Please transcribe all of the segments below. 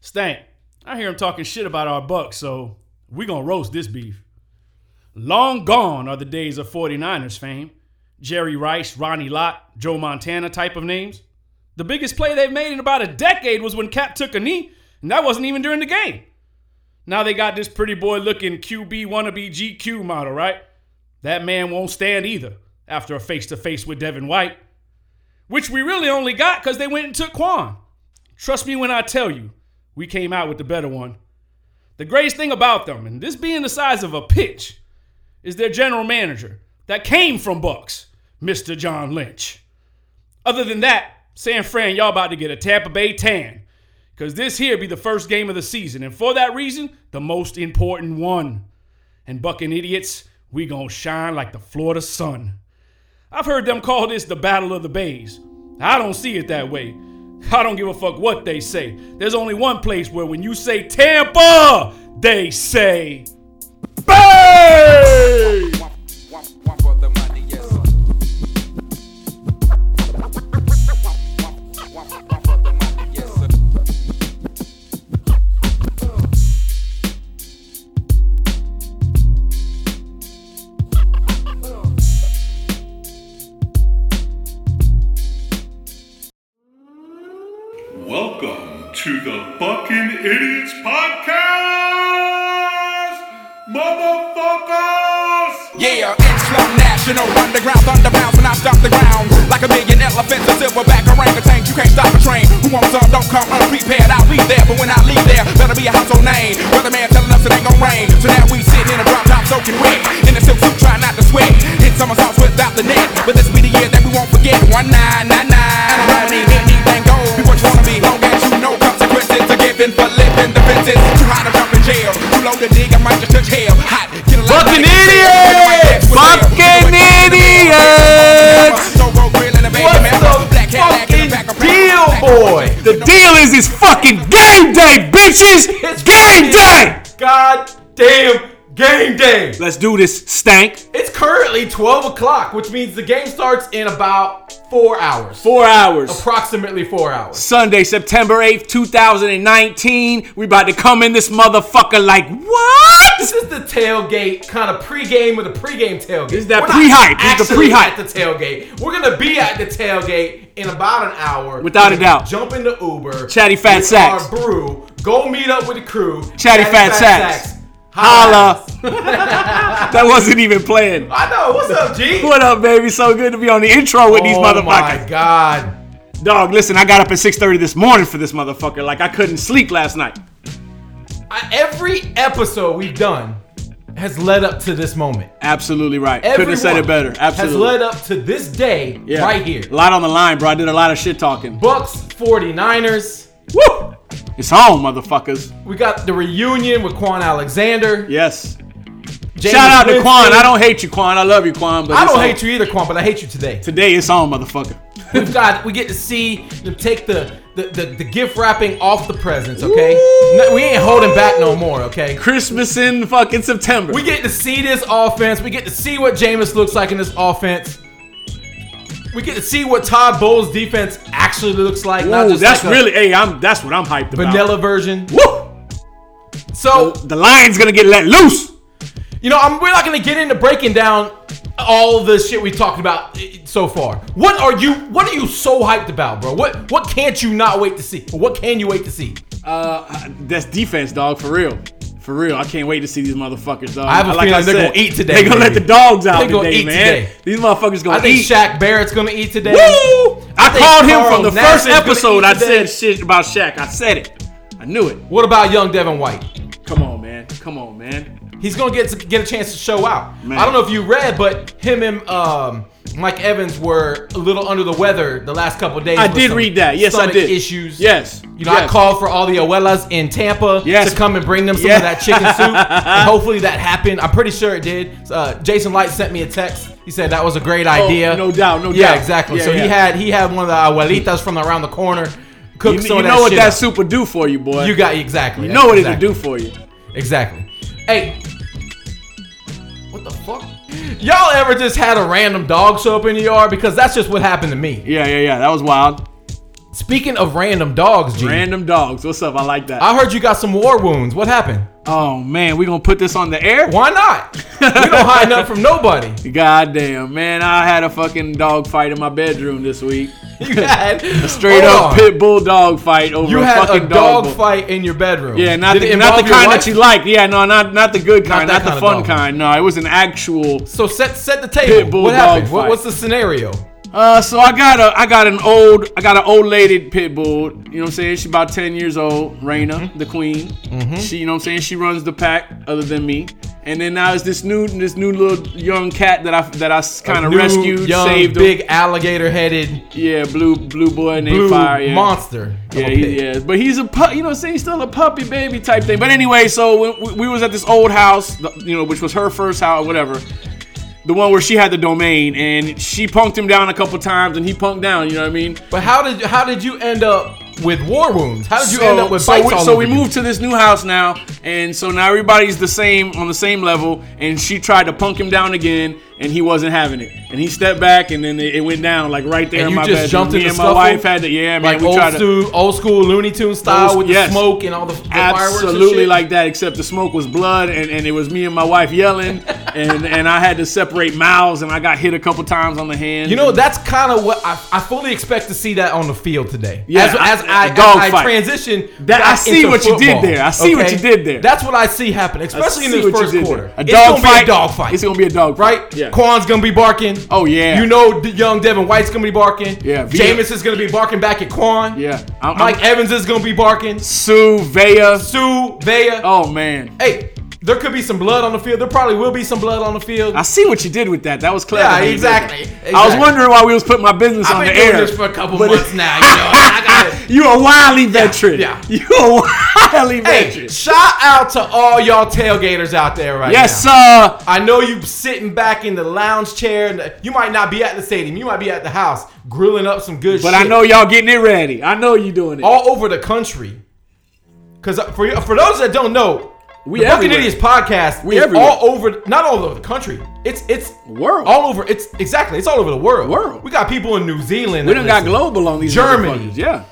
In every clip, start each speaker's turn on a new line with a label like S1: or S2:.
S1: Stank, I hear him talking shit about our Bucks, so we gonna roast this beef. Long gone are the days of 49ers fame. Jerry Rice, Ronnie Lott, Joe Montana type of names. The biggest play they've made in about a decade was when Cap took a knee, and that wasn't even during the game. Now they got this pretty boy looking QB wannabe GQ model, right? That man won't stand either after a face to face with Devin White, which we really only got because they went and took Quan. Trust me when I tell you, we came out with the better one. The greatest thing about them, and this being the size of a pitch, is their general manager that came from Bucks, Mr. John Lynch. Other than that, San Fran, y'all about to get a Tampa Bay tan. Because this here be the first game of the season. And for that reason, the most important one. And Bucking Idiots, we gonna shine like the Florida sun. I've heard them call this the Battle of the Bays. I don't see it that way. I don't give a fuck what they say. There's only one place where when you say Tampa, they say Bay!
S2: Welcome to the Bucking Idiots Podcast, motherfuckers!
S3: Yeah, it's your national underground thunderbounds when I stop the ground like a million elephants, a silverback orangutan. You can't stop a train. Who wants up? Don't come unprepared. I'll leave there, but when I leave there, better be a household name. Brother man telling us it ain't gonna rain, so now we sitting in a drop top soaking wet in a silk suit, trying not to sweat. Hit somersaults without the net, but this be the year that we won't forget. One nine nine nine. Anything, anything goes. Be what you wanna be, long as you know consequences are given for living the fences. Too high to jump in jail, too low to dig. I might just touch hell. Hot, get a lot of
S4: Fucking
S3: niggas
S4: idiot!
S3: dead. Like my ex was there.
S4: Fucking idiot! What's the deal, boy? The deal is it's fucking game day, bitches! It's game day!
S5: God damn game day.
S4: Let's do this, stank.
S5: It's currently 12 o'clock, which means the game starts in about four hours.
S4: Four hours.
S5: Approximately four hours.
S4: Sunday, September 8th, 2019. We about to come in this motherfucker like,
S5: This
S4: what?
S5: is the tailgate kind of pregame or the pregame tailgate.
S4: This is that
S5: We're not
S4: pre-hype. This is the
S5: actually
S4: pre-hype.
S5: At the tailgate, we're gonna be at the tailgate in about an hour.
S4: Without a
S5: We're gonna
S4: doubt.
S5: Jump into Uber.
S4: Chatty Fat
S5: get
S4: Sacks.
S5: Our brew. Go meet up with the crew.
S4: Chatty Fat Sacks. Holla. that wasn't even planned.
S5: I know. What's up, G?
S4: What up, baby? So good to be on the intro with these
S5: Oh my
S4: motherfuckers.
S5: God.
S4: Dog, listen, I got up at 6:30 this morning for this motherfucker. Like I couldn't sleep last night.
S5: I, every episode we've done has led up to this moment.
S4: Absolutely right.
S5: Everyone
S4: couldn't have said it better. Absolutely.
S5: Has led up to this day
S4: Yeah.
S5: right here.
S4: A lot on the line, bro. I did a lot of shit talking.
S5: Bucks 49ers.
S4: Woo! It's home, motherfuckers.
S5: We got the reunion with Quan Alexander.
S4: Yes.
S5: James
S4: Shout out to
S5: Winston.
S4: Quan. I don't hate you, Quan. I love you, Quan. But
S5: I
S4: it's
S5: don't
S4: on.
S5: hate you either, Quan, but I hate you today.
S4: Today it's on, motherfucker.
S5: We've got we get to see them take the the, the, the gift wrapping off the presents, okay? No, we ain't holding back no more, okay?
S4: Christmas in fucking September.
S5: We get to see this offense. We get to see what Jameis looks like in this offense. We get to see what Todd Bowles' defense actually looks like. not
S4: Ooh,
S5: just
S4: that's
S5: like a
S4: really. Hey, I'm. That's what I'm hyped about.
S5: vanilla version.
S4: Woo!
S5: So
S4: The lion's gonna get let loose.
S5: You know, I'm, we're not going to get into breaking down all the shit we talked about eh, so far. What are you? What are you so hyped about, bro? What What can't you not wait to see? Or what can you wait to see?
S4: Uh, that's defense, dog. For real, for real. I can't wait to see these motherfuckers, dog.
S5: I have a
S4: Like
S5: feeling they're
S4: said,
S5: gonna eat today,
S4: They're gonna let
S5: baby.
S4: the dogs out
S5: They're gonna
S4: today,
S5: eat
S4: man.
S5: today.
S4: These motherfuckers gonna
S5: I think
S4: eat.
S5: Shaq Barrett's going to eat today.
S4: Woo! I,
S5: think
S4: called him
S5: Carl
S4: from the
S5: Nass
S4: first
S5: is gonna
S4: episode.
S5: eat
S4: I
S5: today.
S4: said shit about Shaq. I said it. I knew it.
S5: What about young Devin White?
S4: Come on, man. Come on, man.
S5: He's going to get to- get a chance to show out.
S4: Man.
S5: I don't know if you read, but him and um, Mike Evans were a little under the weather the last couple of days.
S4: I
S5: with
S4: did
S5: some
S4: read that. Yes, I
S5: stomach
S4: did.
S5: Issues.
S4: Yes.
S5: You know, I
S4: Yes.
S5: called for all the Abuelas in Tampa
S4: Yes.
S5: to come and bring them some
S4: Yeah.
S5: of that chicken soup. and hopefully that happened. I'm pretty sure it did. Uh, Jason Light sent me a text. He said that was a great idea.
S4: Oh, no doubt, no
S5: yeah,
S4: doubt.
S5: exactly.
S4: Yeah,
S5: so
S4: yeah.
S5: he had he had one of the abuelitas from around the corner cook
S4: You,
S5: some
S4: you
S5: of that
S4: know what
S5: shit
S4: that
S5: up.
S4: soup will do for you, boy.
S5: You got exactly.
S4: You know what
S5: exactly.
S4: it'll do for you.
S5: Exactly. Hey. What the fuck? Y'all ever just had a random dog show up in the yard? Because that's just what happened to me.
S4: Yeah, yeah, yeah. That was wild.
S5: Speaking of random dogs, G, I
S4: Random dogs. What's up? I like that.
S5: heard you got some war wounds. What happened?
S4: oh man, we gonna put this on the air?
S5: Why not? we don't hide nothing from nobody.
S4: Goddamn, man, I had a fucking dog fight in my bedroom this week.
S5: You had a
S4: Straight up pit bull dog fight over
S5: Oh. You
S4: a
S5: had a
S4: fucking
S5: dog,
S4: bowl.
S5: fight in your bedroom.
S4: Yeah, not
S5: Did
S4: the,
S5: it
S4: not the
S5: involve your
S4: kind
S5: wife?
S4: that you like. Yeah, no, not not the good kind, not,
S5: that
S4: the
S5: kind of
S4: fun
S5: dog.
S4: kind. No, it was an actual.
S5: So set set the
S4: Pit
S5: table.
S4: bull
S5: What
S4: dog
S5: happened? What,
S4: fight.
S5: what's the scenario?
S4: Uh, so I got a I got an old I got an old lady pit bull. You know what I'm saying? She's about ten years old. Raina,
S5: Mm-hmm.
S4: the queen. She, you know what I'm saying? She runs the pack, other than me. And then now it's this new this new little young cat that I that I kind of
S5: New,
S4: rescued,
S5: young,
S4: saved him.
S5: big alligator headed
S4: Yeah, blue blue boy named
S5: blue
S4: Fire. Yeah.
S5: monster. of a
S4: Yeah, he,
S5: pig.
S4: yeah, but he's a pu- you know, what I'm saying he's still a puppy baby type thing. But anyway, so when we, we was at this old house, th- you know, which was her first house, whatever, the one where she had the domain, and she punked him down a couple times, and he punked down. You know what I mean?
S5: But how did how did you end up with war wounds? How did you
S4: so,
S5: end up with
S4: so
S5: bites
S4: we,
S5: all
S4: so
S5: over
S4: we
S5: you?
S4: moved to this new house now, and so now everybody's the same on the same level. And she tried to punk him down again, and he wasn't having it. And he stepped back, and then it, it went down like right there
S5: And
S4: in
S5: you
S4: my
S5: just
S4: bedroom.
S5: jumped
S4: Me
S5: in the
S4: and
S5: scuffle?
S4: my wife had to, yeah, man,
S5: like
S4: we
S5: old,
S4: tried to.
S5: stu- old school Looney Tunes style
S4: Old-
S5: with the
S4: yes.
S5: smoke and all the, the fireworks. and
S4: absolutely
S5: shit?
S4: like that except the smoke was blood and, and it was me and my wife yelling and, and i had to separate mouths and i got hit a couple times on the hand
S5: You know, that's kind of what I, I fully expect to see that on the field today.
S4: Yeah,
S5: as, as
S4: a- a
S5: I, as
S4: dog
S5: I
S4: fight.
S5: transition,
S4: That- I
S5: back
S4: see
S5: into
S4: what you did
S5: football,
S4: there. I see what you did there.
S5: That's what I see happen, especially in
S4: see
S5: this
S4: what you
S5: first
S4: did
S5: quarter.
S4: there. A
S5: it's
S4: dog
S5: gonna be a
S4: fight.
S5: dog fight,
S4: it's gonna be a dog fight.
S5: right?
S4: yeah
S5: Kwan's gonna be barking.
S4: oh yeah
S5: You know, the young Devin White's gonna be barking.
S4: Yeah, Via-
S5: Jameis is gonna be barking back at Quan.
S4: yeah i'm,
S5: Mike
S4: I'm
S5: Evans is gonna be barking.
S4: sue Vea.
S5: Sue Vea.
S4: oh man
S5: Hey, there could be some blood on the field. There probably will be some blood on the field.
S4: i see what you did with that that was clever
S5: Yeah,
S4: how you did
S5: exactly,
S4: that. i was
S5: exactly.
S4: wondering why we was putting my business on
S5: I've been
S4: the
S5: doing
S4: air
S5: this for a couple
S4: But-
S5: months now. You know, I gotta-
S4: you a wily veteran
S5: yeah.
S4: you a wily
S5: Hey,
S4: veteran
S5: shout out to all y'all tailgaters out there right
S4: yes
S5: now.
S4: sir
S5: I know you sitting back in the lounge chair. And you might not be at the stadium. You might be at the house grilling up some good
S4: but
S5: shit.
S4: i know y'all getting it ready i know you doing it
S5: all over the country. Because for for those that don't know, we the Bucking
S4: everywhere.
S5: Idiots podcast
S4: We
S5: is
S4: everywhere.
S5: all over, not all over the country. It's it's
S4: World.
S5: all over. It's exactly it's all over the world.
S4: World.
S5: We got people in New Zealand.
S4: We
S5: that
S4: done got
S5: listen.
S4: global on these
S5: Germany.
S4: motherfuckers, Yeah.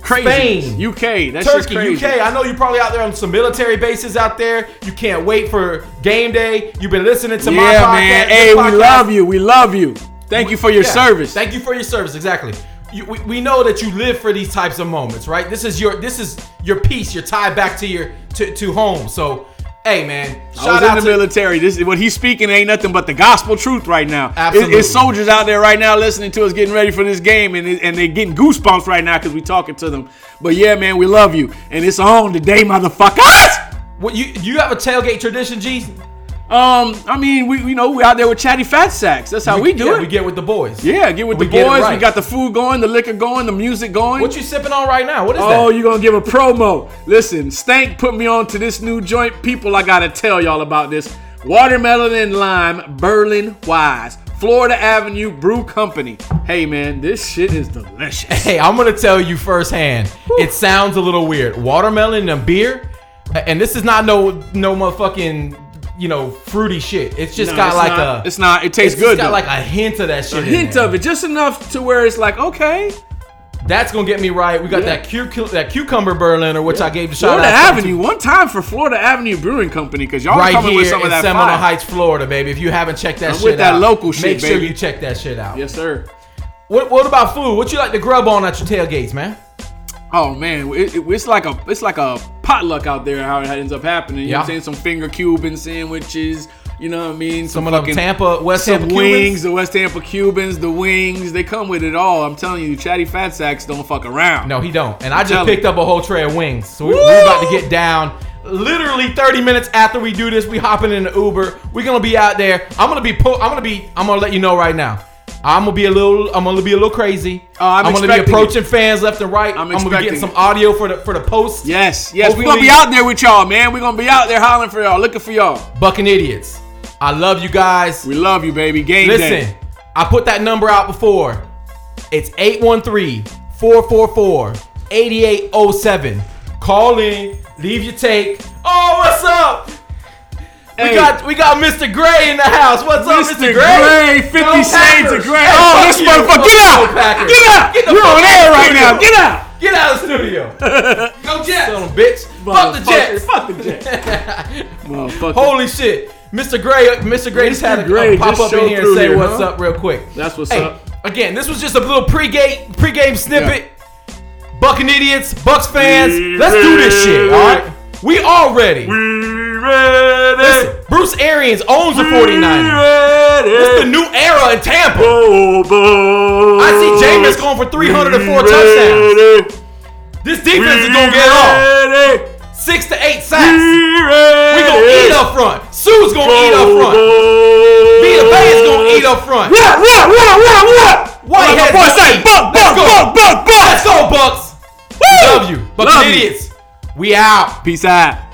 S4: Crazy.
S5: Spain.
S4: UK. That's just
S5: Turkey,
S4: crazy.
S5: UK. I know you're probably out there on some military bases out there. You can't wait for game day. You've been listening to
S4: Yeah,
S5: my podcast.
S4: man.
S5: this
S4: Hey, we
S5: podcast.
S4: love you. We love you. Thank you for your
S5: Yeah.
S4: service.
S5: Thank you for your service. Exactly. You, we, we know that you live for these types of moments, right? This is your this is your piece. You're tied back to your to, to home. So, hey, man,
S4: I was
S5: shout
S4: in
S5: out
S4: the
S5: to
S4: military. This is what he's speaking ain't nothing but the gospel truth right now. It-
S5: Absolutely.
S4: It's soldiers out there right now listening to us, getting ready for this game, and it- and they're getting goosebumps right now because we talking to them. But yeah, man, we love you, and it's on today, motherfuckers.
S5: what you you have a tailgate tradition, G.
S4: Um, I mean, we you know we out there with chatty fat sacks. That's how we, do
S5: yeah,
S4: it.
S5: We get with the boys.
S4: yeah, get with
S5: We
S4: the
S5: get it
S4: boys. We
S5: right.
S4: got the food going, the liquor going, the music going.
S5: What you sipping on right now? What is
S4: Oh,
S5: that?
S4: you gonna give a promo? Listen, Stank put me on to this new joint. People, I gotta tell y'all about this. Watermelon and lime, Berlin Wise, Florida Avenue Brew Company. Hey man, this shit is delicious.
S5: Hey, I'm gonna tell you firsthand. It sounds a little weird. Watermelon and beer, and this is not no no motherfucking you know fruity shit. It's just
S4: No,
S5: got
S4: it's
S5: like
S4: not-
S5: a
S4: It's not. It
S5: it's
S4: tastes
S5: just
S4: good
S5: got
S4: though.
S5: like a hint of that shit.
S4: a hint of it, just enough to where it's like, okay,
S5: That's gonna get me right. We got
S4: Yeah.
S5: that cucu- that cucumber Berliner, which I gave the shout
S4: Florida
S5: out. to.
S4: Avenue. One time for Florida Avenue Brewing Company, because y'all
S5: Right
S4: coming
S5: here
S4: with some
S5: in
S4: of that
S5: Seminole
S4: fire.
S5: Heights, Florida, baby. If you haven't checked that
S4: I'm
S5: shit
S4: with that
S5: out,
S4: local shit,
S5: make sure
S4: baby.
S5: you check that shit out.
S4: Yes, sir.
S5: What, what about food? What you like to grub on at your tailgates, man?
S4: Oh man, it, it- it's like a it's like a potluck out there how it ends up happening. You know what I'm saying?
S5: Yeah.
S4: Some finger Cuban sandwiches, you know what I mean?
S5: Some of them Tampa, West
S4: some
S5: Tampa
S4: wings,
S5: Cubans.
S4: the West Tampa Cubans, the wings, they come with it all. I'm telling you, Chatty Fat Sacks don't fuck around.
S5: No, he don't. And I just
S4: telling
S5: picked up a whole tray of wings. So we,
S4: Woo!
S5: we're about to get down. Literally 30 minutes after we do this, we hopping in an Uber. We're gonna be out there. I'm gonna be po- I'm gonna be I'm gonna let you know right now. I'm gonna be a little I'm gonna be a little crazy.
S4: Oh, I'm
S5: gonna be
S4: expecting
S5: approaching fans left and right.
S4: I'm
S5: gonna be getting
S4: expecting
S5: some
S4: it.
S5: audio for the for the post.
S4: Yes, yes, we're gonna
S5: Hopefully-
S4: be out there with y'all, man. We're gonna be out there hollering for y'all, looking for y'all.
S5: Bucking idiots. I love you guys.
S4: We love you, baby. Game
S5: Listen,
S4: day.
S5: I put that number out before. It's 813-444-8807. Call in, leave your take. Oh, what's up? Oh, We
S4: Hey.
S5: got we got Mr. Gray in the house. What's up, Mr.
S4: Mr.
S5: Gray?
S4: Gray, 50 Shades of Gray.
S5: Hey,
S4: oh,
S5: fuck
S4: this
S5: you,
S4: motherfucker,
S5: fuck
S4: get
S5: you,
S4: out!
S5: Packers.
S4: Get out!
S5: Get the
S4: You're
S5: fuck
S4: on
S5: out
S4: air
S5: of
S4: right
S5: studio.
S4: now, get out!
S5: Get out of the studio. Go Jets. Son of a bitch. Fuck the Jets.
S4: Fuck the Jets. Motherfucker.
S5: Holy shit. Mr. Gray, Mr. Gray just
S4: Mr.
S5: had a,
S4: Gray
S5: a pop
S4: just
S5: up in
S4: showed
S5: here and
S4: through
S5: say
S4: here,
S5: what's
S4: huh?
S5: up real quick.
S4: That's what's
S5: Hey,
S4: up.
S5: Again, this was just a little pregame pregame snippet. Bucking idiots, Bucks fans. Let's do this shit. All right, we all ready. Listen, Bruce Arians owns the 49ers. It's the new era in Tampa. I see Jameis going for 304 touchdowns. This defense is gonna get off. Six to eight sacks. We gonna eat up front. Sue's gonna eat up front. Vita Bay is gonna eat up front.
S4: What, what, what, what, what?
S5: White
S4: Like my
S5: hats
S4: boy
S5: gonna
S4: say,
S5: eat.
S4: buck,
S5: Let's
S4: buck,
S5: go.
S4: buck, buck, buck.
S5: Let's go, Bucks.
S4: Woo!
S5: Love you, Bucks
S4: Love you.
S5: idiots. We out.
S4: Peace out.